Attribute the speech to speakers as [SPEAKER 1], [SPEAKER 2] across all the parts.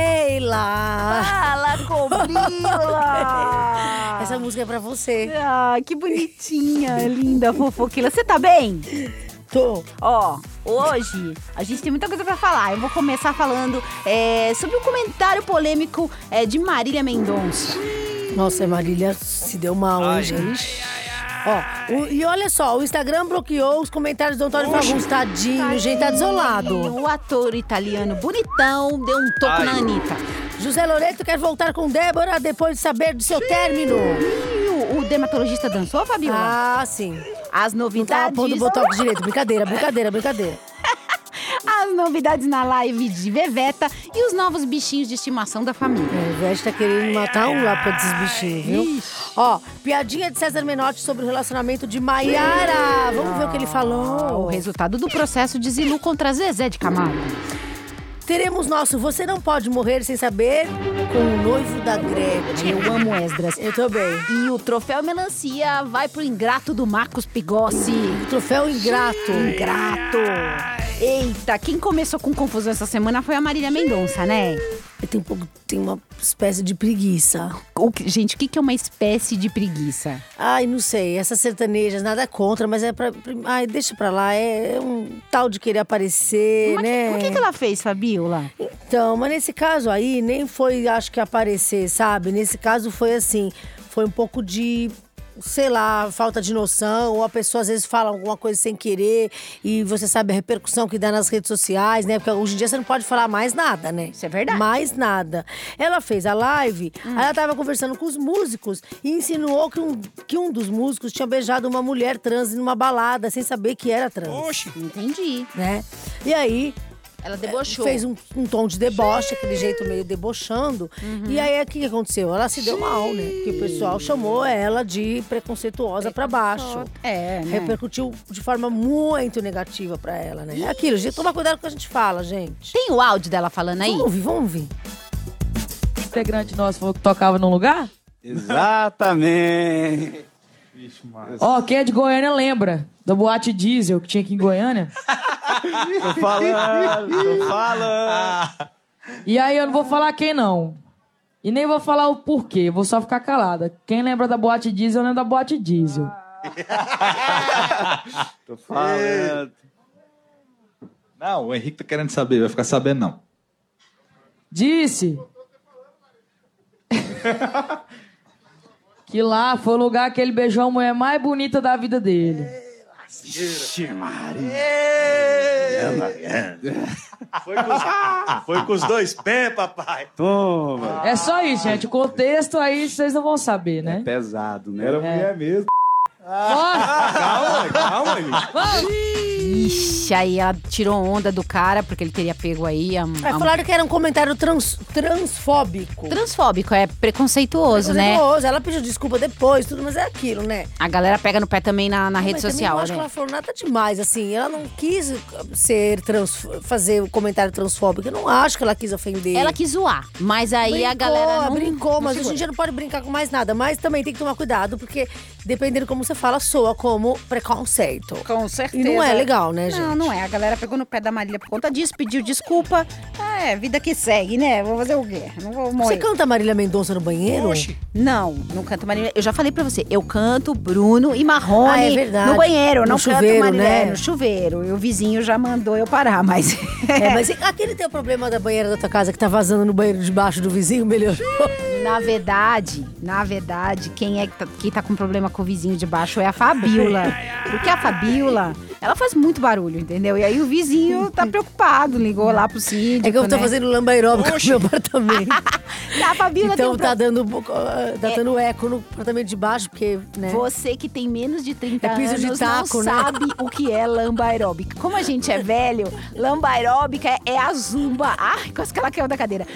[SPEAKER 1] Fofoqueila.
[SPEAKER 2] Fala, Cobrila!
[SPEAKER 1] Essa música é pra você.
[SPEAKER 2] Ah, que bonitinha, linda, fofoquila. Você tá bem?
[SPEAKER 1] Tô.
[SPEAKER 2] Ó, hoje a gente tem muita coisa pra falar. Eu vou começar falando é, sobre o comentário polêmico é, de Marília Mendonça.
[SPEAKER 1] Nossa, a Marília se deu mal
[SPEAKER 3] Ai.
[SPEAKER 1] hoje. Ixi. Ó, o- e olha só, o Instagram bloqueou os comentários do Antônio Fagundes. Tadinho, gente, tá desolado.
[SPEAKER 2] O ator italiano bonitão deu um toco
[SPEAKER 3] Ai.
[SPEAKER 2] na Anitta.
[SPEAKER 1] José Loreto quer voltar com Débora depois de saber do seu término.
[SPEAKER 2] E o, o dermatologista dançou, Fabiola?
[SPEAKER 1] Ah, sim.
[SPEAKER 2] As
[SPEAKER 1] Tá
[SPEAKER 2] novidades.
[SPEAKER 1] pondo botox direito. Brincadeira, brincadeira, brincadeira.
[SPEAKER 2] As novidades na live de Veveta e os novos bichinhos de estimação da família.
[SPEAKER 1] É, O Veste tá querendo matar um lá pra esses bichinhos, viu? Ó, piadinha de César Menotti sobre o relacionamento de Maiara. Vamos ver o que ele
[SPEAKER 2] O
[SPEAKER 1] falou.
[SPEAKER 2] resultado do processo de Zilu contra Zezé de Camargo.
[SPEAKER 1] Teremos nosso Você Não Pode Morrer Sem Saber com o noivo da Gretchen.
[SPEAKER 2] Eu amo Esdras.
[SPEAKER 1] Eu também.
[SPEAKER 2] E o troféu melancia vai pro ingrato do Marcos Pigossi.
[SPEAKER 1] Troféu ingrato.
[SPEAKER 2] Ingrato. Eita, quem começou com confusão essa semana foi a Marília Mendonça, né?
[SPEAKER 1] Eu tenho, um pouco- tenho uma espécie de preguiça.
[SPEAKER 2] O que- gente, o que que é uma espécie de preguiça?
[SPEAKER 1] Ai, não sei. Essas sertanejas, nada contra, mas é pra. pra- Ai, deixa pra lá. É, é um tal de querer aparecer,
[SPEAKER 2] Mas
[SPEAKER 1] né?
[SPEAKER 2] é que- o que, que ela fez, Fabiola?
[SPEAKER 1] Então, mas nesse caso aí, nem foi, acho que, aparecer, sabe? Nesse caso foi assim, foi um pouco de, sei lá, falta de noção, ou a pessoa às vezes fala alguma coisa sem querer, e você sabe a repercussão que dá nas redes sociais, né? Porque hoje em dia você não pode falar mais nada, né?
[SPEAKER 2] Isso é verdade. Hum.
[SPEAKER 1] Mais nada. Ela fez a live, aí ela tava conversando com os músicos e insinuou que um, que um dos músicos tinha beijado uma mulher trans numa balada, sem saber que era trans,
[SPEAKER 3] Oxi.
[SPEAKER 2] Entendi.
[SPEAKER 1] né? E aí,
[SPEAKER 2] Ela debochou.
[SPEAKER 1] fez um, um tom de deboche, aquele jeito meio debochando. E
[SPEAKER 2] Uhum.
[SPEAKER 1] aí, o que que aconteceu? Ela se deu mal, né? Porque o pessoal chamou ela de preconceituosa pra baixo.
[SPEAKER 2] É, né?
[SPEAKER 1] Repercutiu de forma muito negativa pra ela, né? É aquilo, gente, toma cuidado com o que a gente fala, gente.
[SPEAKER 2] Tem o áudio dela falando aí?
[SPEAKER 1] Vamos ouvir, vamos ouvir.
[SPEAKER 4] integrante nosso falou que tocava num lugar?
[SPEAKER 5] Exatamente.
[SPEAKER 4] Ó, quem é de Goiânia lembra da boate diesel que tinha aqui em Goiânia.
[SPEAKER 5] Tô falando, tô falando.
[SPEAKER 4] E aí eu não vou falar quem não. E nem vou falar o porquê, eu vou só ficar calada. Quem lembra da boate diesel, lembra da boate diesel.
[SPEAKER 5] Tô falando.
[SPEAKER 6] Não, o Henrique tá querendo saber, vai ficar sabendo não.
[SPEAKER 4] Disse. que lá foi o lugar que ele beijou a mulher mais bonita da vida dele.
[SPEAKER 7] Foi com, os, foi com os dois pés, papai.
[SPEAKER 5] Toma.
[SPEAKER 4] É só isso, gente. O contexto aí vocês não vão saber, né?
[SPEAKER 5] Pesado, né?
[SPEAKER 8] um-
[SPEAKER 4] Ó,
[SPEAKER 3] Calma, calma, Henrique.
[SPEAKER 2] Ixi, aí ela tirou onda do cara, porque ele teria pego aí a,
[SPEAKER 1] É,
[SPEAKER 2] a-
[SPEAKER 1] falaram que era um comentário trans, transfóbico.
[SPEAKER 2] Transfóbico, é preconceituoso, né?
[SPEAKER 1] Preconceituoso. Ela pediu desculpa depois, tudo, mas é aquilo, né?
[SPEAKER 2] A galera pega no pé também na,
[SPEAKER 1] Não,
[SPEAKER 2] na rede
[SPEAKER 1] mas também
[SPEAKER 2] social,
[SPEAKER 1] Eu
[SPEAKER 2] né?
[SPEAKER 1] acho que ela falou nada demais, assim. Ela não quis ser trans, fazer o comentário transfóbico. Eu não acho que ela quis ofender.
[SPEAKER 2] Ela quis zoar, mas aí a galera não
[SPEAKER 1] brincou,
[SPEAKER 2] não
[SPEAKER 1] mas hoje
[SPEAKER 2] segura.
[SPEAKER 1] em dia não pode brincar com mais nada. Mas também tem que tomar cuidado, porque dependendo como você fala, soa como preconceito.
[SPEAKER 2] com um certeza.
[SPEAKER 1] E não é legal, né, gente?
[SPEAKER 2] Não, não é. A galera pegou no pé da Marília por conta disso, pediu desculpa. Ah, é, vida que segue, né? Vou fazer o quê? Não vou
[SPEAKER 1] Você
[SPEAKER 2] morrer.
[SPEAKER 1] canta Marília Mendonça no banheiro?
[SPEAKER 3] Oxi.
[SPEAKER 2] Não, não canto Marília. Eu já falei pra você, eu canto Bruno e Marrone
[SPEAKER 1] Ah, é verdade.
[SPEAKER 2] no banheiro, eu
[SPEAKER 1] No
[SPEAKER 2] não
[SPEAKER 1] chuveiro,
[SPEAKER 2] canto Marília
[SPEAKER 1] né?
[SPEAKER 2] é, no chuveiro. E o vizinho já mandou eu parar, mas
[SPEAKER 1] É, mas e aquele teu problema da banheira da tua casa que tá vazando no banheiro de baixo do vizinho, melhor.
[SPEAKER 2] Na verdade, na verdade, quem é que tá, que tá com problema com o vizinho de baixo é a Fabiola. Porque a Fabiola, ela faz muito barulho, entendeu? E aí o vizinho tá preocupado, ligou lá pro síndico,
[SPEAKER 1] É que eu tô
[SPEAKER 2] né?
[SPEAKER 1] fazendo lambairôbico no meu apartamento.
[SPEAKER 2] A Fabiola tem
[SPEAKER 1] Então
[SPEAKER 2] um
[SPEAKER 1] tá dando, ah, tá dando eco no apartamento de baixo, porque, né?
[SPEAKER 2] pro- Você que tem menos de 30
[SPEAKER 1] É piso de
[SPEAKER 2] anos
[SPEAKER 1] taco,
[SPEAKER 2] não
[SPEAKER 1] né?
[SPEAKER 2] sabe o que é lamba aeróbica. Como a gente é velho, lamba aeróbica é a zumba. Ai, quase que ela caiu da cadeira.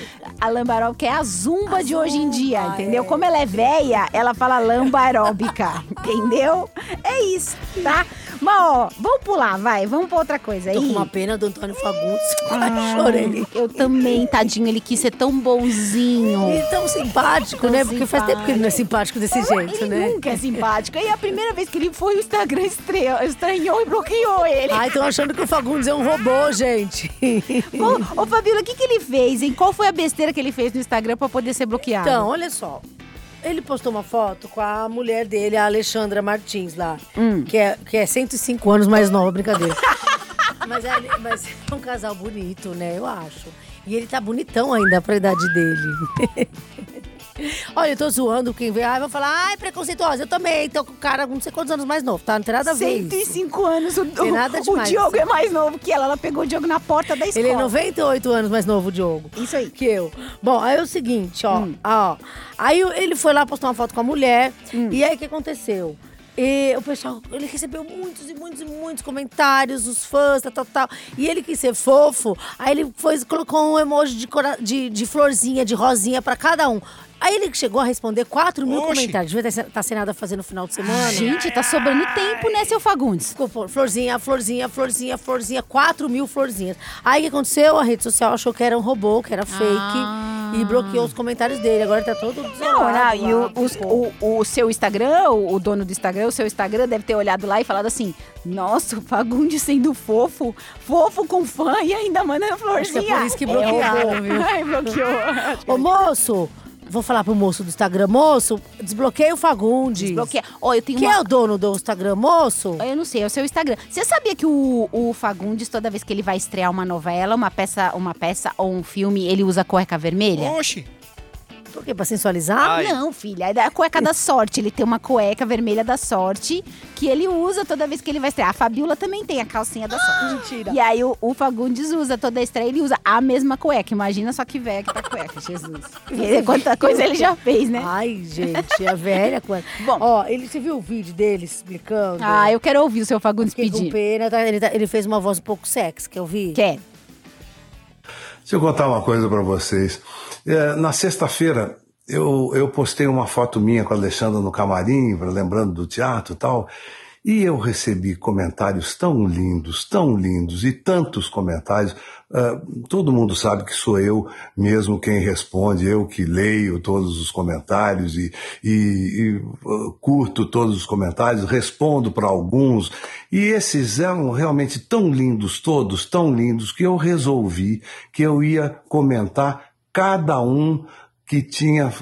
[SPEAKER 2] A lamba aeróbica é a zumba de hoje em dia, entendeu? Como ela é velha, ela fala lamba aeróbica, entendeu? É isso, tá? Bom, vamos pular, vai. Vamos pra outra coisa aí. Ah.
[SPEAKER 1] Tô com uma pena do Antônio Fagundes. Quase chorei.
[SPEAKER 2] Eu também, tadinho. Ele quis ser tão bonzinho.
[SPEAKER 1] E tão simpático,
[SPEAKER 2] Tão
[SPEAKER 1] né? Porque faz tempo que ele não é simpático desse jeito,
[SPEAKER 2] ele
[SPEAKER 1] né?
[SPEAKER 2] nunca é simpático. E a primeira vez que ele foi, o Instagram estranhou, estranhou e bloqueou ele.
[SPEAKER 1] Ai, estão achando que o Fagundes é um robô, gente.
[SPEAKER 2] Ô, ô Fabíola, o que, que ele fez, hein? Qual foi a besteira que ele fez no Instagram pra poder ser bloqueado?
[SPEAKER 1] Então, olha só. Ele postou uma foto com a mulher dele, a Alexandra Martins, lá. Que, é, que é 105 anos mais nova, brincadeira. mas, é, mas é um casal bonito, né? Eu acho. E ele tá bonitão ainda pra idade dele. Olha, eu tô zoando quem vê. Ai, vou falar, ai, preconceituosa. Eu também tô com o cara, não sei quantos anos mais novo, tá? Não tem nada a ver. isso.
[SPEAKER 2] 105 anos, o,
[SPEAKER 1] Tem nada
[SPEAKER 2] o, o
[SPEAKER 1] demais.
[SPEAKER 2] Diogo é mais novo que ela. Ela pegou o Diogo na porta da escola.
[SPEAKER 1] Ele é 98 anos mais novo, Diogo.
[SPEAKER 2] Isso aí.
[SPEAKER 1] Que eu. Bom, aí é o seguinte, ó. ó aí o- ele foi lá postar uma foto com a mulher. E aí o que aconteceu? E o pessoal, ele recebeu muitos e muitos e muitos comentários, os fãs, tal, tal, tal. E ele quis ser fofo, aí ele foi, colocou um emoji de, cora- de, de florzinha, de rosinha pra cada um. Aí ele chegou a responder 4 mil
[SPEAKER 6] Oxi.
[SPEAKER 1] comentários. Devia estar tá sem nada a fazer no final de semana.
[SPEAKER 2] Gente, tá sobrando tempo, né, seu Fagundes?
[SPEAKER 1] Ficou flor- florzinha, florzinha, florzinha, florzinha, 4 mil florzinhas. Aí o que aconteceu? A rede social achou que era um robô, que era fake.
[SPEAKER 2] Ah.
[SPEAKER 1] E bloqueou os comentários dele. Agora tá todo
[SPEAKER 2] Não,
[SPEAKER 1] desolado.
[SPEAKER 2] não, e
[SPEAKER 1] lá,
[SPEAKER 2] o, os-
[SPEAKER 1] ficou.
[SPEAKER 2] o- o seu Instagram, o, o dono do Instagram, o seu Instagram deve ter olhado lá e falado assim: Nossa, o Fagundes sendo fofo, fofo com fã e ainda mandando
[SPEAKER 1] Acho que
[SPEAKER 2] florzinha. É,
[SPEAKER 1] é por isso que bloquearam, viu?
[SPEAKER 2] Ai, bloqueou.
[SPEAKER 1] Ô, moço, vou falar pro moço do Instagram. Moço, desbloqueia o Fagundes.
[SPEAKER 2] Desbloqueia. Ó, eu tenho
[SPEAKER 1] Quem
[SPEAKER 2] uma...
[SPEAKER 1] é o dono do Instagram, moço?
[SPEAKER 2] Eu não sei, é o seu Instagram. Você sabia que o, o Fagundes, toda vez que ele vai estrear uma novela, uma peça, uma peça ou um filme, ele usa cueca vermelha?
[SPEAKER 6] Oxi.
[SPEAKER 1] Por quê? Pra sensualizar?
[SPEAKER 6] Ai.
[SPEAKER 2] Não, filha, é da cueca da sorte. Ele tem uma cueca vermelha da sorte que ele usa toda vez que ele vai estrear. A Fabiola também tem a calcinha da sorte.
[SPEAKER 1] Mentira.
[SPEAKER 2] E aí o, o Fagundes usa toda a estreia, ele usa a mesma cueca. Imagina só que velha que tá a cueca, Jesus. Quanta coisa ele já fez, né?
[SPEAKER 1] Ai, gente, a velha. coisa.
[SPEAKER 2] Bom.
[SPEAKER 1] Ó, ele, você viu o vídeo dele explicando?
[SPEAKER 2] Ah, eu quero ouvir o seu Fagundes
[SPEAKER 1] Fiquei com
[SPEAKER 2] pedir.
[SPEAKER 1] pena, tá? Ele, tá- ele fez uma voz um pouco sexy, que eu vi.
[SPEAKER 2] Quer?
[SPEAKER 3] Deixa eu contar uma coisa pra vocês. É, na sexta-feira, eu, eu postei uma foto minha com a Alexandra no camarim, lembrando do teatro e tal, e eu recebi comentários tão lindos, tão lindos, e tantos comentários. Ah, todo mundo sabe que sou eu mesmo quem responde, eu que leio todos os comentários e, e- e, ah, curto todos os comentários, respondo para alguns. E esses eram realmente tão lindos todos, tão lindos, que eu resolvi que eu ia comentar cada um que tinha ah,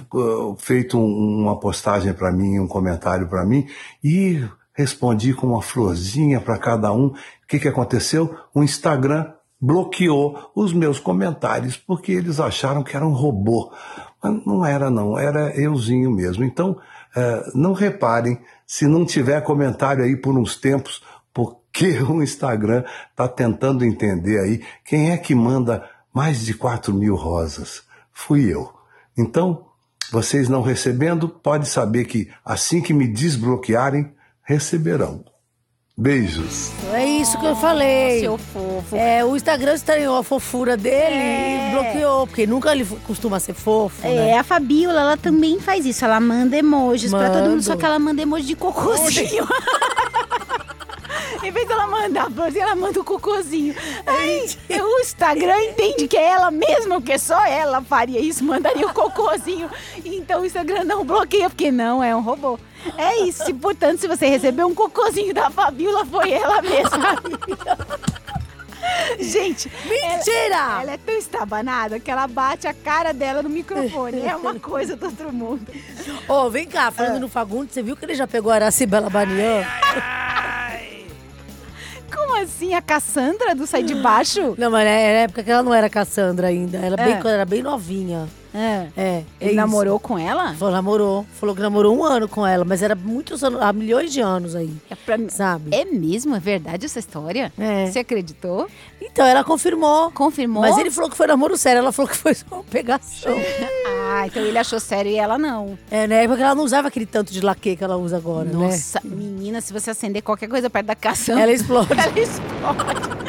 [SPEAKER 3] feito um- uma postagem para mim, um comentário para mim, e respondi com uma florzinha para cada um. O que, que aconteceu? O Instagram bloqueou os meus comentários porque eles acharam que era um robô. Mas não era, não, era euzinho mesmo. Então, eh, não reparem se não tiver comentário aí por uns tempos, porque o Instagram está tentando entender aí quem é que manda mais de 4 mil rosas. Fui eu. Então, vocês não recebendo, pode saber que assim que me desbloquearem, receberão. Beijos.
[SPEAKER 1] É isso que eu falei.
[SPEAKER 2] Seu fofo.
[SPEAKER 1] É, o Instagram estranhou a fofura dele e bloqueou, porque nunca ele f- costuma ser fofo, né?
[SPEAKER 2] É, a Fabiola, ela também faz isso. Ela manda emojis pra todo mundo,
[SPEAKER 1] Mando.
[SPEAKER 2] só que ela manda emoji de cocôzinho. em vez dela mandar a florzinha, ela manda o cocôzinho. Aí, é, o Instagram entende que é ela mesma, porque só ela faria isso, mandaria o cocôzinho. Então o Instagram não bloqueia, porque não é um robô. É isso. E, portanto, se você recebeu um cocôzinho da Fabiola, foi ela mesma. Gente, ela-
[SPEAKER 1] Mentira!
[SPEAKER 2] ela é tão estabanada que ela bate a cara dela no microfone. É uma coisa do outro mundo. É.
[SPEAKER 1] Ô, vem cá,
[SPEAKER 2] Ah.
[SPEAKER 1] falando no Fagundes, você viu que ele já pegou a Aracibela Banian?
[SPEAKER 2] Como assim? A Cassandra do Sai de Baixo?
[SPEAKER 1] Não, mas era época que ela não era Cassandra ainda, ela
[SPEAKER 2] É.
[SPEAKER 1] bem, quando era bem novinha.
[SPEAKER 2] É.
[SPEAKER 1] É, é
[SPEAKER 2] Ele
[SPEAKER 1] isso.
[SPEAKER 2] namorou com ela?
[SPEAKER 1] Falou, namorou, falou que namorou um ano com ela, mas era muitos anos, há milhões de anos aí,
[SPEAKER 2] É, pra mim-
[SPEAKER 1] sabe?
[SPEAKER 2] É mesmo? É verdade essa história?
[SPEAKER 1] É.
[SPEAKER 2] Você acreditou?
[SPEAKER 1] Então, ela confirmou.
[SPEAKER 2] Confirmou?
[SPEAKER 1] Mas ele falou que foi namoro sério, ela falou que foi só uma pegação.
[SPEAKER 2] Ah, então ele achou sério e ela não.
[SPEAKER 1] É, na época ela não usava aquele tanto de laque que ela usa agora, né?
[SPEAKER 2] Nossa, menina, se você acender qualquer coisa perto da Cassandra,
[SPEAKER 1] Ela explode.
[SPEAKER 2] ela explode.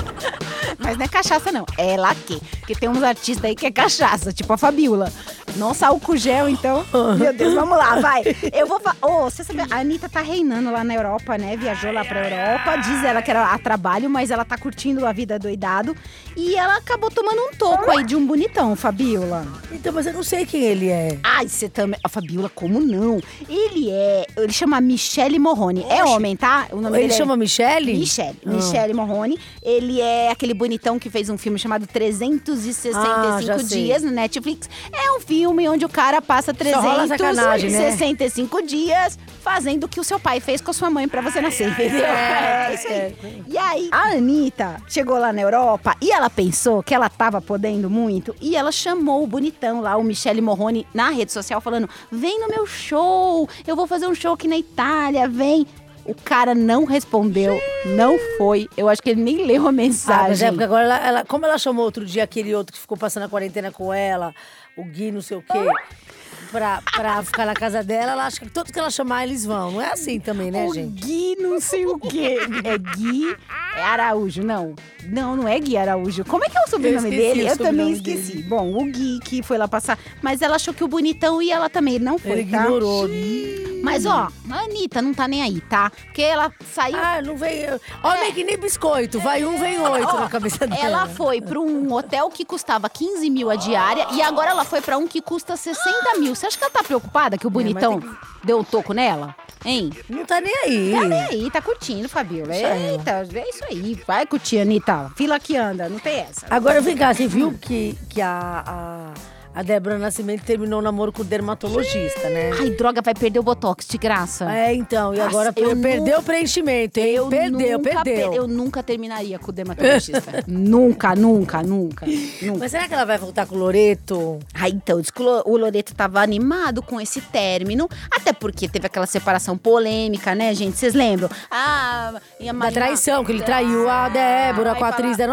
[SPEAKER 2] Mas não é cachaça, não. É laque. Porque tem uns artistas aí que é cachaça, tipo a Fabiola. Não saiu com gel, então. Meu Deus, vamos lá, vai. Eu vou. fa- Ô, você sabe, a Anitta tá reinando lá na Europa, né? Viajou lá pra Europa. Diz ela que era a trabalho, mas ela tá curtindo a vida doidado. E ela acabou tomando um toco aí de um bonitão, Fabiola.
[SPEAKER 1] Então, mas eu não sei quem ele é.
[SPEAKER 2] Ai, você também. A Fabiola, como não? Ele é. Ele chama Michele Morrone. É homem, tá? O nome
[SPEAKER 1] Ele
[SPEAKER 2] dele é-
[SPEAKER 1] chama Michele? Ah.
[SPEAKER 2] Michele. Michele Morrone. Ele é aquele bonitão que fez um filme chamado 365
[SPEAKER 1] Ah, já Ah, sei.
[SPEAKER 2] Dias no Netflix. É um filme onde o cara passa
[SPEAKER 1] rola sacanagem, né?
[SPEAKER 2] 365 dias fazendo o que o seu pai fez com a sua mãe pra você nascer, entendeu?
[SPEAKER 1] É,
[SPEAKER 2] É isso aí. E aí, a Anitta chegou lá na Europa e ela pensou que ela tava podendo muito e ela chamou o bonitão lá, o Michele Morrone, na rede social falando: vem no meu show, eu vou fazer um show aqui na Itália, vem. O cara não respondeu, não foi. Eu acho que ele nem leu a
[SPEAKER 1] Ah, mas
[SPEAKER 2] mensagem.
[SPEAKER 1] é porque agora ela, ela- Como ela chamou outro dia aquele outro que ficou passando a quarentena com ela, o Gui, não sei o quê, pra, pra ficar na casa dela, ela acha que todos que ela chamar eles vão. Não é assim também, né,
[SPEAKER 2] o
[SPEAKER 1] gente?
[SPEAKER 2] Gui não sei o quê. É Gui é Araújo, não. Não, não é Gui Araújo. Como é que é o sobrenome
[SPEAKER 1] esqueci
[SPEAKER 2] dele?
[SPEAKER 1] o
[SPEAKER 2] eu também
[SPEAKER 1] sobrenome dele.
[SPEAKER 2] esqueci. Bom, o Gui que foi lá passar. Mas ela achou que o bonitão e ela também. Não foi,
[SPEAKER 1] Ele
[SPEAKER 2] tá?
[SPEAKER 1] ignorou.
[SPEAKER 2] Mas ó, a Anitta não tá nem aí, tá? Porque ela saiu.
[SPEAKER 1] Ah, não vem. Olha que nem biscoito. Vai um, vem oito
[SPEAKER 2] É. Ó,
[SPEAKER 1] na cabeça dela.
[SPEAKER 2] Ela foi pra um hotel que custava 15 mil a diária e agora ela foi pra um que custa 60 mil. Você acha que ela tá preocupada
[SPEAKER 1] É,
[SPEAKER 2] que o bonitão deu um toco nela? Hein?
[SPEAKER 1] Não tá nem aí.
[SPEAKER 2] Tá nem aí, tá curtindo, Fabiola. Eita, é isso aí. Vai curtir, Anitta. Fila que anda, não tem essa.
[SPEAKER 1] Agora vem cá, você viu que, que a, a, a Débora Nascimento terminou o namoro com o dermatologista, né?
[SPEAKER 2] Ai, droga, vai perder o Botox de graça.
[SPEAKER 1] É, então, e
[SPEAKER 2] Nossa,
[SPEAKER 1] agora
[SPEAKER 2] eu
[SPEAKER 1] per- perdeu
[SPEAKER 2] nunca-
[SPEAKER 1] o preenchimento, hein?
[SPEAKER 2] Eu
[SPEAKER 1] perdeu,
[SPEAKER 2] nunca
[SPEAKER 1] perdeu.
[SPEAKER 2] per- Eu nunca terminaria com o dermatologista. nunca, nunca, nunca. nunca.
[SPEAKER 1] Mas será que ela vai voltar com o Loreto?
[SPEAKER 2] Ah, então, diz que o Lo- o Loreto tava animado com esse término, até porque teve aquela separação polêmica, né, gente? Vocês lembram? Ah, e a
[SPEAKER 1] Da
[SPEAKER 2] Marina...
[SPEAKER 1] traição, que ele traiu a
[SPEAKER 2] Ah,
[SPEAKER 1] Débora
[SPEAKER 2] aí
[SPEAKER 1] com a atriz da
[SPEAKER 2] fala- É,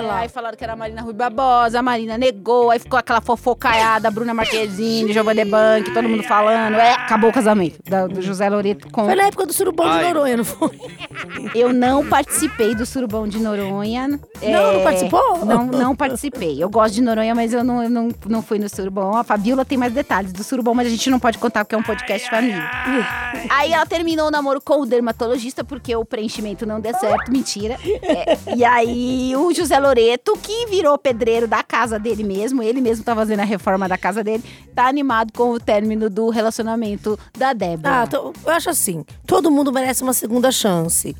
[SPEAKER 1] novela.
[SPEAKER 2] Aí falaram que era a Marina Rui Barbosa, a Marina negou, aí ficou aquela fofocaiada, Bruna Marquezine, Giovanni Bank, todo mundo falando. É, acabou o casamento da- do José Loreto com...
[SPEAKER 1] Foi na época do Surubão de
[SPEAKER 7] Ai.
[SPEAKER 1] Noronha, não foi?
[SPEAKER 2] Eu não participei do Surubão de Noronha. Não,
[SPEAKER 1] não participou?
[SPEAKER 2] Não, não participei. Eu gosto de Noronha, mas eu não, eu não, não fui no Surubão. A Fabiola tem mais detalhes do Surubão, mas a gente não pode contar porque é um podcast família. Aí ela terminou o namoro com o dermatologista porque o preenchimento não deu certo. Mentira. É, e aí o José Loreto, que virou pedreiro da casa dele mesmo, ele mesmo tá fazendo a reforma da casa dele, tá animado com o término do relacionamento da Débora.
[SPEAKER 1] Ah, tô- eu acho assim, todo mundo merece uma segunda chance,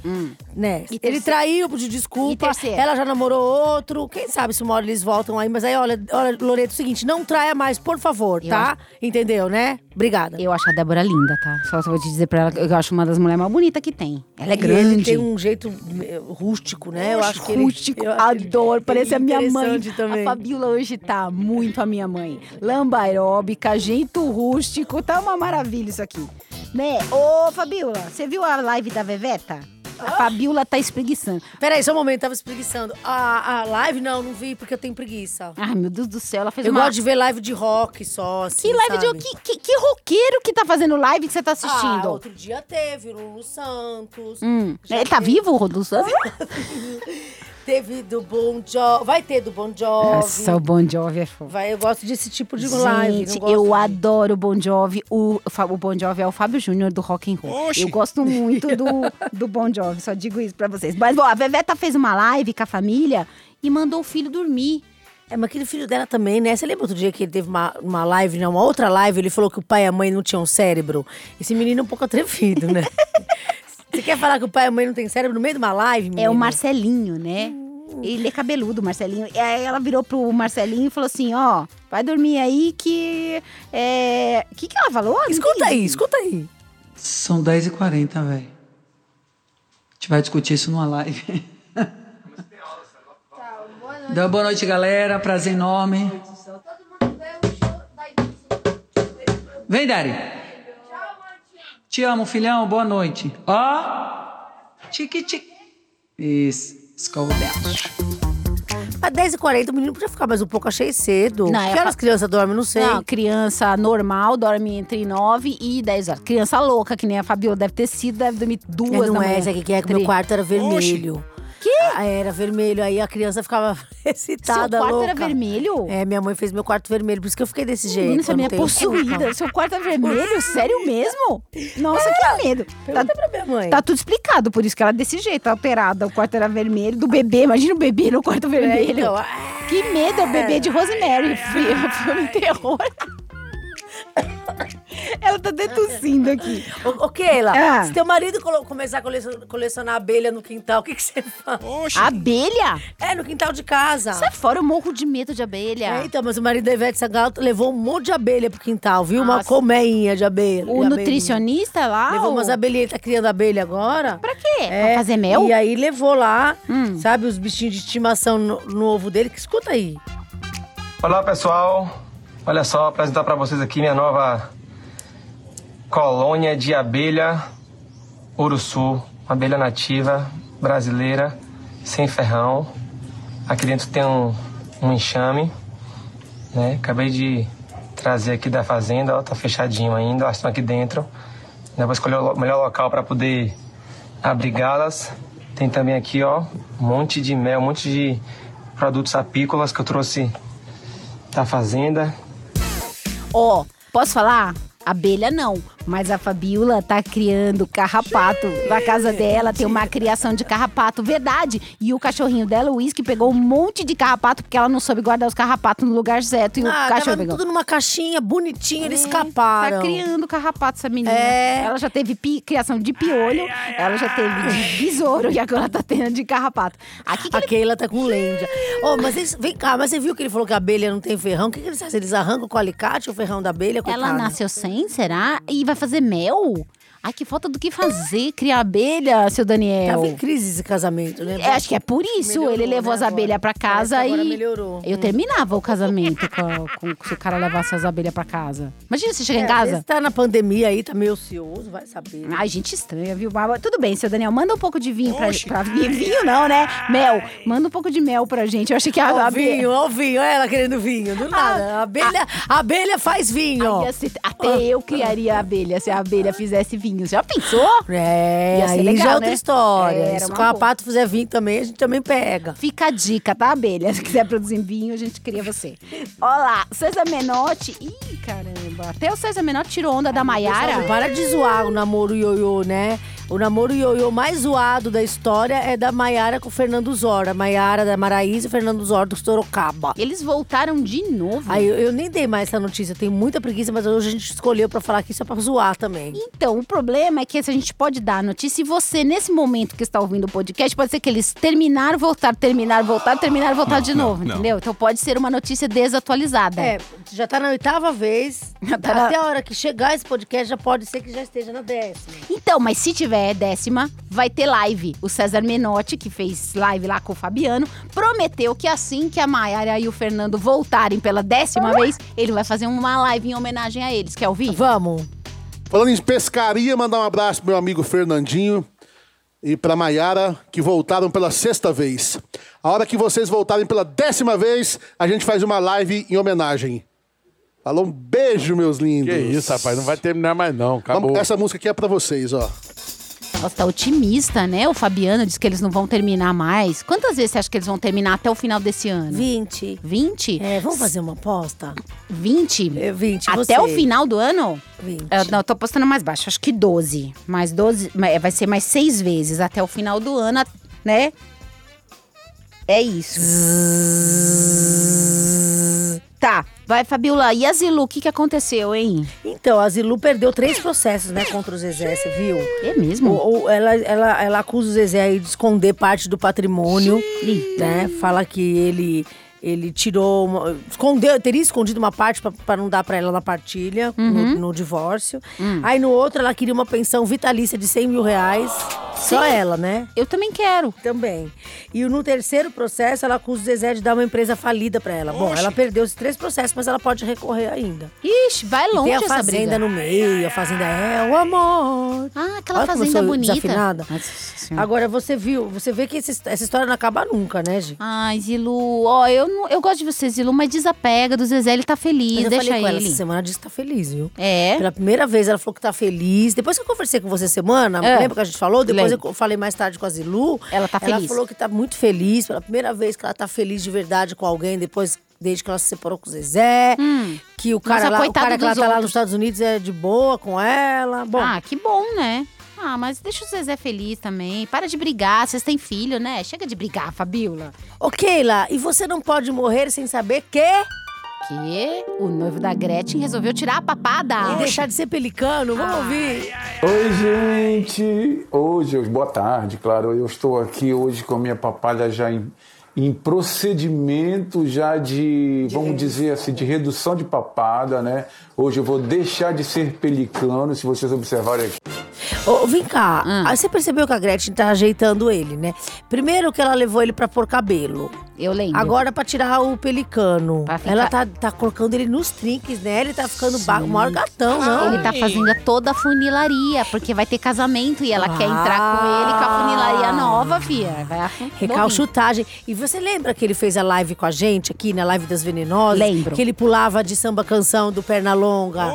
[SPEAKER 1] né?
[SPEAKER 2] Hum. E
[SPEAKER 1] Ele
[SPEAKER 2] terceira?
[SPEAKER 1] traiu, pediu
[SPEAKER 2] E
[SPEAKER 1] desculpa,
[SPEAKER 2] terceira?
[SPEAKER 1] ela já namorou outro, quem sabe se uma hora eles voltam aí, mas aí, olha, olha Loreto, é o seguinte, não traia mais, por favor,
[SPEAKER 2] Eu
[SPEAKER 1] tá? Entendeu, né? Obrigada.
[SPEAKER 2] Eu acho a Débora linda, tá? Só só vou te dizer pra ela que eu acho uma das mulheres mais bonitas que tem. Ela é
[SPEAKER 1] E Ele
[SPEAKER 2] grande.
[SPEAKER 1] tem um jeito eh, rústico, né? Eu acho que ele-
[SPEAKER 2] rústico,
[SPEAKER 1] eu acho que ele-
[SPEAKER 2] adoro, parece a
[SPEAKER 1] ele
[SPEAKER 2] minha mãe.
[SPEAKER 1] interessante também.
[SPEAKER 2] A Fabiola hoje tá muito a minha mãe. Lamba aeróbica, jeito rústico, tá uma maravilha isso aqui. Né? Ô, Fabiola, você viu a live da Veveta? A
[SPEAKER 1] Ah!
[SPEAKER 2] Fabiola tá espreguiçando.
[SPEAKER 1] Peraí, só um momento, tava espreguiçando. A, a live, não, não vi, porque eu tenho preguiça.
[SPEAKER 2] Ai, meu Deus do céu, ela fez
[SPEAKER 1] Eu
[SPEAKER 2] uma...
[SPEAKER 1] gosto de ver live de rock só, assim,
[SPEAKER 2] Que live de...
[SPEAKER 1] sabe?
[SPEAKER 2] Que, que, que roqueiro que tá fazendo live que você
[SPEAKER 1] Ah,
[SPEAKER 2] tá assistindo?
[SPEAKER 1] outro dia teve o Lulu Santos.
[SPEAKER 2] Hum.
[SPEAKER 1] Já
[SPEAKER 2] Ele tá
[SPEAKER 1] teve-
[SPEAKER 2] vivo, Rodolfo? Santos?
[SPEAKER 1] Teve do Bon Jovi. Vai ter do Bon Jovi.
[SPEAKER 2] Nossa, o Bon Jovi é fofo.
[SPEAKER 1] Vai, eu gosto desse tipo de
[SPEAKER 2] Gente,
[SPEAKER 1] live. não gosto
[SPEAKER 2] eu
[SPEAKER 1] de-
[SPEAKER 2] adoro o Bon Jovi. O, Fa- o Bon Jovi é o Fábio Júnior do Rock and Roll. Eu gosto muito do, do Bon Jovi, só digo isso pra vocês. Mas, bom, a Veveta fez uma live com a família e mandou o filho dormir.
[SPEAKER 1] É, mas aquele filho dela também, né? Você lembra outro dia que ele teve uma, uma live, né? Uma outra live, ele falou que o pai e a mãe não tinham cérebro. Esse menino é um pouco atrevido, né? Você quer falar que o pai e a mãe não tem cérebro no meio de uma live, menino?
[SPEAKER 2] É o Marcelinho, né? Ele é cabeludo, o Marcelinho. E aí ela virou pro Marcelinho e falou assim, ó, vai dormir aí que... É... O que que ela falou? Não
[SPEAKER 1] Escuta aí,
[SPEAKER 2] entendi.
[SPEAKER 1] escuta aí.
[SPEAKER 9] São 10h40, velho. A gente vai discutir isso numa live. Então, boa noite, galera. Prazer enorme. Vem, Dari. Te amo, filhão. Boa noite. Ó. Tique, tique. Isso. Escova o dente.
[SPEAKER 1] Às 10h40, o menino podia ficar mais um pouco, achei cedo.
[SPEAKER 2] Não,
[SPEAKER 1] que
[SPEAKER 2] é
[SPEAKER 1] horas as
[SPEAKER 2] pra-
[SPEAKER 1] crianças dormem, não sei.
[SPEAKER 2] Não, criança normal dorme entre 9 e 10 horas. Criança louca, que nem a Fabiola deve ter sido, deve dormir
[SPEAKER 1] É,
[SPEAKER 2] duas
[SPEAKER 1] não
[SPEAKER 2] da
[SPEAKER 1] é
[SPEAKER 2] manhã.
[SPEAKER 1] essa aqui que é, que meu
[SPEAKER 2] Três.
[SPEAKER 1] quarto era vermelho. Ah,
[SPEAKER 2] Que?
[SPEAKER 1] Era vermelho, aí a criança ficava
[SPEAKER 2] Seu
[SPEAKER 1] excitada,
[SPEAKER 2] quarto era
[SPEAKER 1] louca.
[SPEAKER 2] vermelho?
[SPEAKER 1] É, minha mãe fez meu quarto vermelho, por isso que eu fiquei desse jeito.
[SPEAKER 2] Menina,
[SPEAKER 1] eu
[SPEAKER 2] essa
[SPEAKER 1] não
[SPEAKER 2] minha é
[SPEAKER 1] tenho culpa.
[SPEAKER 2] possuída. Seu quarto é vermelho? Sério mesmo? Nossa, que medo.
[SPEAKER 1] Pergunta
[SPEAKER 2] Tá,
[SPEAKER 1] pra minha mãe.
[SPEAKER 2] tá tudo explicado, por isso que ela é desse jeito, alterada. O quarto era vermelho, do bebê. Imagina o bebê no quarto
[SPEAKER 1] É,
[SPEAKER 2] vermelho.
[SPEAKER 1] então, ah,
[SPEAKER 2] Que medo, é o bebê de Rosemary. Filme, filme terror. ela tá detussindo aqui.
[SPEAKER 1] Ô, ô, Keila,
[SPEAKER 2] Ah.
[SPEAKER 1] se teu marido colo- começar a colecion- colecionar abelha no quintal, o que, que você faz?
[SPEAKER 2] Oh. Abelha?
[SPEAKER 1] É, no quintal de casa.
[SPEAKER 2] Sai fora, eu morro de medo de abelha.
[SPEAKER 1] É, então, mas o marido da Ivete Sangalo levou um monte de abelha pro quintal, viu? Uma
[SPEAKER 2] Nossa.
[SPEAKER 1] colmeinha de abelha.
[SPEAKER 2] O
[SPEAKER 1] de
[SPEAKER 2] nutricionista lá.
[SPEAKER 1] abelha. Levou
[SPEAKER 2] o-
[SPEAKER 1] umas abelhinhas, tá criando abelha agora. É,
[SPEAKER 2] Pra quê? Pra fazer mel?
[SPEAKER 1] E aí levou lá,
[SPEAKER 2] Hum.
[SPEAKER 1] sabe, os bichinhos de estimação no, no ovo dele, que escuta aí.
[SPEAKER 10] Olá pessoal, olha só, apresentar para vocês aqui minha nova colônia de abelha uruçu, uma abelha nativa brasileira, sem ferrão. Aqui dentro tem um, um enxame, né? Acabei de trazer aqui da fazenda, ó, tá fechadinho ainda, elas estão aqui dentro. Eu vou escolher o lo- melhor local para poder abrigá-las. Tem também aqui, ó, um monte de mel, um monte de produtos apícolas que eu trouxe da fazenda.
[SPEAKER 2] Ó, posso falar? Abelha não, mas a Fabiola tá criando carrapato na casa dela, tem uma criação de carrapato, verdade. E o cachorrinho dela, o Whisky, pegou um monte de carrapato porque ela não soube guardar os carrapatos no lugar certo e
[SPEAKER 1] ah,
[SPEAKER 2] o cachorro
[SPEAKER 1] tava
[SPEAKER 2] pegou.
[SPEAKER 1] tudo numa caixinha, bonitinho, eles
[SPEAKER 2] Tá
[SPEAKER 1] escaparam.
[SPEAKER 2] criando carrapato essa menina.
[SPEAKER 1] É.
[SPEAKER 2] Ela já teve pi- criação de piolho, ela já teve de besouro e agora tá tendo de carrapato. Aqui que
[SPEAKER 1] A
[SPEAKER 2] ele...
[SPEAKER 1] Keila tá com lenda. Ô, mas eles- vem cá, mas você viu que ele falou que a abelha não tem ferrão? O que, que eles fazem? Eles arrancam com o alicate o ferrão da abelha? Coitada.
[SPEAKER 2] é Ela nasceu sem, será? E vai fazer mel? Ai, que falta do que fazer, criar abelha, seu Daniel.
[SPEAKER 1] Tava em crise esse casamento, né?
[SPEAKER 2] É, acho que é por isso.
[SPEAKER 1] Melhorou,
[SPEAKER 2] ele levou
[SPEAKER 1] né,
[SPEAKER 2] as abelhas pra
[SPEAKER 1] agora?
[SPEAKER 2] casa
[SPEAKER 1] Parece que agora
[SPEAKER 2] e.
[SPEAKER 1] melhorou.
[SPEAKER 2] Eu terminava o casamento com, a- com- se o cara levasse as abelhas pra casa. Imagina você chegar em casa.
[SPEAKER 1] tá na pandemia aí, tá meio ocioso, vai saber. né?
[SPEAKER 2] Ai, gente estranha, viu? Mas Tudo bem, seu Daniel, manda um pouco de vinho pra gente. Pra vinho, vinho não, né? Mel. Manda um pouco de mel pra gente. Ah, Eu achei que a
[SPEAKER 1] Ó, o
[SPEAKER 2] abelha.
[SPEAKER 1] vinho, ó, o vinho, ó, ela querendo vinho, do nada. A abelha, a abelha faz vinho.
[SPEAKER 2] Ia ser- assim, Até eu criaria a abelha se a abelha fizesse vinho. Já pensou?
[SPEAKER 1] É,
[SPEAKER 2] Ia ser
[SPEAKER 1] aí
[SPEAKER 2] legal,
[SPEAKER 1] já é outra
[SPEAKER 2] né?
[SPEAKER 1] história.
[SPEAKER 2] É, era
[SPEAKER 1] Se o
[SPEAKER 2] uma
[SPEAKER 1] carrapato fizer vinho também, a gente também pega.
[SPEAKER 2] Fica a dica, tá, abelha? Se quiser produzir vinho, a gente cria você. Olá, César Menotti. Ih, caramba. Até o César Menotti tirou onda da
[SPEAKER 1] Pessoal,
[SPEAKER 2] Maiara.
[SPEAKER 1] Para de zoar o namoro ioiô, né? O namoro ioiô mais zoado da história é da Maiara com o Fernando Zora. Maiara da Maraísa e Fernando Zora do Sorocaba.
[SPEAKER 2] Eles voltaram de novo.
[SPEAKER 1] Aí eu, eu nem dei mais essa notícia, eu tenho muita preguiça, mas hoje a gente escolheu pra falar aqui só pra zoar também.
[SPEAKER 2] Então, o problema é que essa a gente pode dar a notícia e você, nesse momento que está ouvindo o podcast, pode ser que eles terminaram, voltaram, terminaram, voltaram, terminaram, voltaram de novo, entendeu? Então pode ser uma notícia desatualizada.
[SPEAKER 1] É, já tá na oitava vez.
[SPEAKER 2] tá na-
[SPEAKER 1] Até a hora que chegar esse podcast, já pode ser que já esteja na décima.
[SPEAKER 2] Então, mas se tiver décima, vai ter live. O César Menotti, que fez live lá com o Fabiano, prometeu que assim que a Maiara e o Fernando voltarem pela décima vez, ele vai fazer uma live em homenagem a eles. Quer ouvir?
[SPEAKER 1] Vamos.
[SPEAKER 8] Falando em pescaria, mandar um abraço pro meu amigo Fernandinho e pra Maiara, que voltaram pela sexta vez. A hora que vocês voltarem pela décima vez, a gente faz uma live em homenagem. Falou, um beijo, meus lindos.
[SPEAKER 7] Que isso, rapaz, não vai terminar mais não,
[SPEAKER 8] Vamos-
[SPEAKER 7] acabou.
[SPEAKER 8] Essa música aqui é pra vocês, ó.
[SPEAKER 2] Nossa, tá otimista, né? O Fabiano disse que eles não vão terminar mais. Quantas vezes você acha que eles vão terminar até o final desse ano?
[SPEAKER 1] 20.
[SPEAKER 2] 20?
[SPEAKER 1] É, vamos fazer uma aposta?
[SPEAKER 2] 20?
[SPEAKER 1] É, 20.
[SPEAKER 2] até
[SPEAKER 1] você.
[SPEAKER 2] o final do ano?
[SPEAKER 1] 20.
[SPEAKER 2] Eu, É, não, eu tô postando mais baixo, acho que 12. Mais 12, ma- é, vai ser mais seis vezes até o final do ano, a- né? É isso. Tá, vai, Fabiola. E a Zilu, o que, que aconteceu, hein?
[SPEAKER 1] Então, a Zilu perdeu três processos, né, contra o Zezé, você viu?
[SPEAKER 2] É mesmo?
[SPEAKER 1] O- o- ela, ela, ela acusa o Zezé aí de esconder parte do patrimônio, né? Fala que ele, ele tirou, uma- escondeu, teria escondido uma parte para não dar para ela na partilha,
[SPEAKER 2] Uhum.
[SPEAKER 1] no, no divórcio.
[SPEAKER 2] Hum.
[SPEAKER 1] Aí no outro ela queria uma pensão vitalícia de 100 mil reais, só ela, né?
[SPEAKER 2] Eu também quero.
[SPEAKER 1] Também. E no terceiro processo, ela acusa o Zezé de dar uma empresa falida para ela. Bom, ela perdeu os três processos, mas ela pode recorrer ainda.
[SPEAKER 2] Ixi, vai
[SPEAKER 1] E
[SPEAKER 2] longe
[SPEAKER 1] tem a
[SPEAKER 2] essa
[SPEAKER 1] fazenda
[SPEAKER 2] briga.
[SPEAKER 1] no meio, a fazenda é o amor.
[SPEAKER 2] Ah, aquela
[SPEAKER 1] Olha como eu
[SPEAKER 2] fazenda
[SPEAKER 1] sou
[SPEAKER 2] bonita.
[SPEAKER 1] desafinada.
[SPEAKER 2] Nossa Senhora.
[SPEAKER 1] Agora você viu, você vê que esse- essa história não acaba nunca, né, gente?
[SPEAKER 2] Ai, Zilu, ó, eu não- eu gosto de vocês, Zilu, mas desapega do Zezé, ele tá feliz,
[SPEAKER 1] Mas eu
[SPEAKER 2] deixa
[SPEAKER 1] falei com ela
[SPEAKER 2] ele.
[SPEAKER 1] essa semana, ela disse que tá feliz, viu?
[SPEAKER 2] É.
[SPEAKER 1] Pela primeira vez ela falou que tá feliz. Depois que eu conversei com você semana,
[SPEAKER 2] É.
[SPEAKER 1] lembra que a gente falou? Depois
[SPEAKER 2] Lembro.
[SPEAKER 1] eu falei mais tarde com a Zilu.
[SPEAKER 2] Ela tá
[SPEAKER 1] Ela
[SPEAKER 2] feliz.
[SPEAKER 1] falou que tá muito feliz. Pela primeira vez que ela tá feliz de verdade com alguém depois. Desde que ela se separou com o Zezé, que o cara,
[SPEAKER 2] Hum. Nossa,
[SPEAKER 1] lá, o
[SPEAKER 2] coitado
[SPEAKER 1] cara que ela tá
[SPEAKER 2] dos
[SPEAKER 1] lá
[SPEAKER 2] outros.
[SPEAKER 1] nos Estados Unidos é de boa com ela. Bom,
[SPEAKER 2] Ah, que bom, né? Ah, mas deixa o Zezé feliz também. Para de brigar, vocês têm filho, né? Chega de brigar, Fabiola.
[SPEAKER 1] Ô, Keila, e você não pode morrer sem saber que.
[SPEAKER 2] Que o noivo da Gretchen resolveu tirar a papada.
[SPEAKER 1] E deixar de ser pelicano,
[SPEAKER 2] Ah.
[SPEAKER 1] vamos ouvir.
[SPEAKER 11] Oi, gente! Hoje, hoje- boa tarde, claro. Eu estou aqui hoje com a minha papalha já em, em procedimento, já de, vamos dizer assim, de redução de papada, né? Hoje eu vou deixar de ser pelicano, se vocês observarem aqui.
[SPEAKER 1] Ô, vem cá,
[SPEAKER 2] Hum.
[SPEAKER 1] aí você percebeu que a Gretchen tá ajeitando ele, né? Primeiro que ela levou ele pra pôr cabelo.
[SPEAKER 2] Eu lembro.
[SPEAKER 1] Agora pra tirar o pelicano.
[SPEAKER 2] ficar-
[SPEAKER 1] Ela tá, tá colocando ele nos trinques, né? Ele tá ficando ba- o maior gatão, não.
[SPEAKER 2] Ele tá fazendo toda a funilaria, porque vai ter casamento e ela quer entrar com ele com a funilaria nova, fia. Vai afun-
[SPEAKER 1] Recalchutagem. E você lembra que ele fez a live com a gente aqui, na live das venenosas?
[SPEAKER 2] Lembro.
[SPEAKER 1] Que ele pulava de samba canção do Pernalonga na,
[SPEAKER 2] Na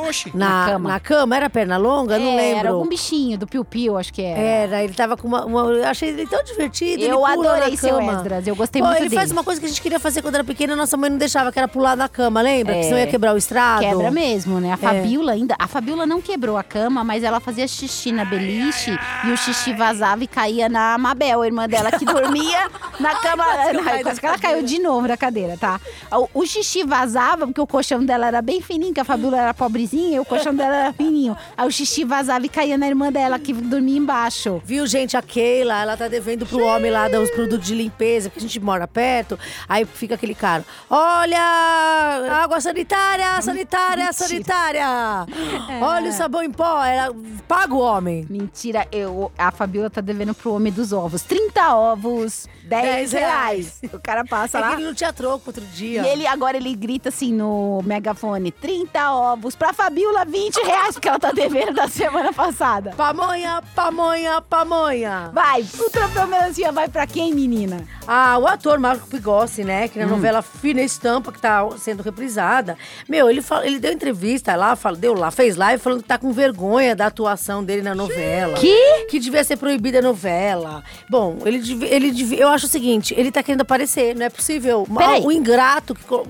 [SPEAKER 1] na
[SPEAKER 2] cama.
[SPEAKER 1] cama. Era Pernalonga? Eu não
[SPEAKER 2] É,
[SPEAKER 1] lembro. É,
[SPEAKER 2] Era algum bichinho do Piu Piu, acho que era.
[SPEAKER 1] Era, ele tava com uma. uma- eu achei ele tão divertido. ele
[SPEAKER 2] É. Eu
[SPEAKER 1] pula
[SPEAKER 2] adorei
[SPEAKER 1] na
[SPEAKER 2] seu
[SPEAKER 1] cama.
[SPEAKER 2] Esdras, eu gostei
[SPEAKER 1] Pô,
[SPEAKER 2] muito
[SPEAKER 1] Ele faz
[SPEAKER 2] dele.
[SPEAKER 1] uma coisa que a gente queria fazer quando era pequena, nossa mãe não deixava, que era pular na cama, lembra? Que senão ia quebrar o estrado.
[SPEAKER 2] É. Quebra mesmo, né? A
[SPEAKER 1] É.
[SPEAKER 2] Fabiola ainda. A Fabiola não quebrou a cama, mas ela fazia xixi na beliche e o xixi vazava e caía na Mabel, a irmã dela, que dormia na cama.
[SPEAKER 12] quase que eu
[SPEAKER 2] Ai,
[SPEAKER 12] caí da
[SPEAKER 2] quase que ela caiu de novo da cadeira, tá? O, o xixi vazava, porque o colchão dela era bem fininho, que a Fabiola era pobrezinha e o colchão dela era fininho. Aí o xixi vazava e caía na irmã dela, que dormia embaixo.
[SPEAKER 1] Viu, gente? A Keila, ela tá devendo pro homem lá dar uns produtos de limpeza, porque a gente mora perto. Aí fica aquele cara: Olha! Água sanitária, sanitária, sanitária!
[SPEAKER 2] É.
[SPEAKER 1] Olha o sabão em pó, ela paga o homem.
[SPEAKER 2] Mentira, eu, a Fabiola tá devendo pro homem dos ovos. 30 ovos, 10, reais. O cara passa
[SPEAKER 1] É
[SPEAKER 2] lá.
[SPEAKER 1] que ele não tinha troco outro dia.
[SPEAKER 2] E ele agora ele grita assim no megafone: 30 ovos pra Fabiola, 20 reais, porque ela tá devendo da semana passada.
[SPEAKER 1] Pamonha, pamonha, pamonha.
[SPEAKER 2] Vai, o troféu melancia vai pra quem, menina?
[SPEAKER 1] Ah, o ator Marco Pigossi, né? Que na
[SPEAKER 2] Hum.
[SPEAKER 1] novela Fina Estampa, que tá sendo reprisada. Meu, ele, fala- ele deu entrevista lá, fala, deu lá, fez live falando que tá com vergonha da atuação dele na novela.
[SPEAKER 2] Que?
[SPEAKER 1] Que devia ser proibida a novela. Bom, ele, devi- ele devi- eu acho o seguinte, ele tá querendo aparecer, não é possível.
[SPEAKER 2] Peraí.
[SPEAKER 1] O ingrato que... co-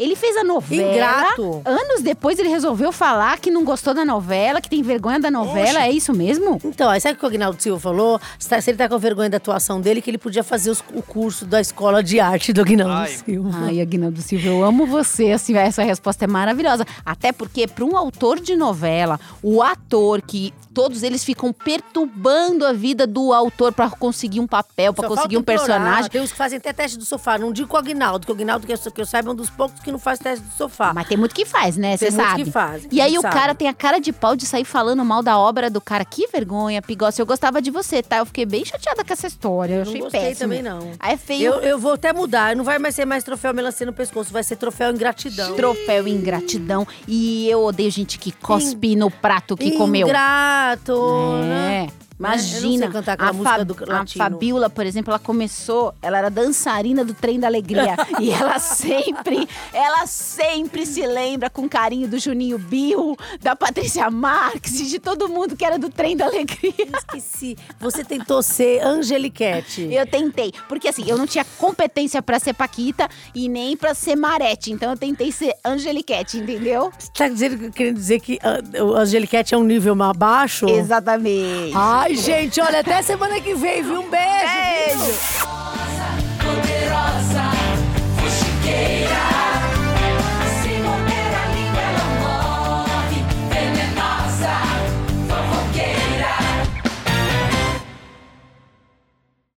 [SPEAKER 2] Ele fez a novela.
[SPEAKER 1] Ingrato.
[SPEAKER 2] Anos depois ele resolveu falar que não gostou da novela, que tem vergonha da novela. É isso mesmo?
[SPEAKER 1] Então, aí sabe o que o Agnaldo Silva falou? Se, tá- se ele tá com vergonha da atuação dele, que ele podia fazer os- o curso da escola de arte do Agnaldo Silva.
[SPEAKER 2] Ai, Aguinaldo Silva, eu amo você. Assim, essa resposta é maravilhosa. Até porque, para um autor de novela, o ator que todos eles ficam perturbando a vida do autor para conseguir um papel, para
[SPEAKER 1] Só
[SPEAKER 2] conseguir
[SPEAKER 1] falta
[SPEAKER 2] um personagem.
[SPEAKER 1] implorar. tipo, Tem uns que fazem até teste do sofá. Não digo com o Agnaldo, que o Agnaldo, que eu, que eu saiba, é um dos poucos que não faz teste do sofá.
[SPEAKER 2] Mas tem muito que faz, né? Você
[SPEAKER 1] Tem muitos
[SPEAKER 2] sabe.
[SPEAKER 1] que fazem,
[SPEAKER 2] e aí
[SPEAKER 1] a
[SPEAKER 2] o
[SPEAKER 1] gente
[SPEAKER 2] cara
[SPEAKER 1] sabe.
[SPEAKER 2] tem a cara de pau de sair falando mal da obra do cara. Que vergonha, Pigossi. Eu gostava de você, tá? Eu fiquei bem chateada com essa história. Eu
[SPEAKER 1] não
[SPEAKER 2] achei
[SPEAKER 1] gostei
[SPEAKER 2] péssimo.
[SPEAKER 1] também, não.
[SPEAKER 2] Aí é feio.
[SPEAKER 1] Eu, eu vou até mudar. Não vai mais ser mais troféu melancia no pescoço, vai ser troféu ingratidão.
[SPEAKER 2] Troféu ingratidão. E eu odeio gente que cospe no prato que comeu.
[SPEAKER 1] Ingrato. né?
[SPEAKER 2] É. Imagina,
[SPEAKER 1] Eu não sei cantar aquela
[SPEAKER 2] a,
[SPEAKER 1] música
[SPEAKER 2] Fa-
[SPEAKER 1] do
[SPEAKER 2] a
[SPEAKER 1] latino.
[SPEAKER 2] Fabiola, por exemplo, ela começou, ela era dançarina do Trem da Alegria. e ela sempre, ela sempre se lembra com carinho do Juninho Bill, da Patrícia Marques, e de todo mundo que era do Trem da Alegria.
[SPEAKER 1] Ah, Esqueci. Você tentou ser Angeliquete.
[SPEAKER 2] Eu tentei, porque assim, eu não tinha competência pra ser Paquita e nem pra ser Marete, então eu tentei ser Angeliquete, entendeu?
[SPEAKER 1] Você tá dizendo- querendo dizer que ah, o Angeliquete é um nível mais baixo?
[SPEAKER 2] Exatamente.
[SPEAKER 1] Ai, gente, olha, até semana que vem, viu? Um beijo. Beijo.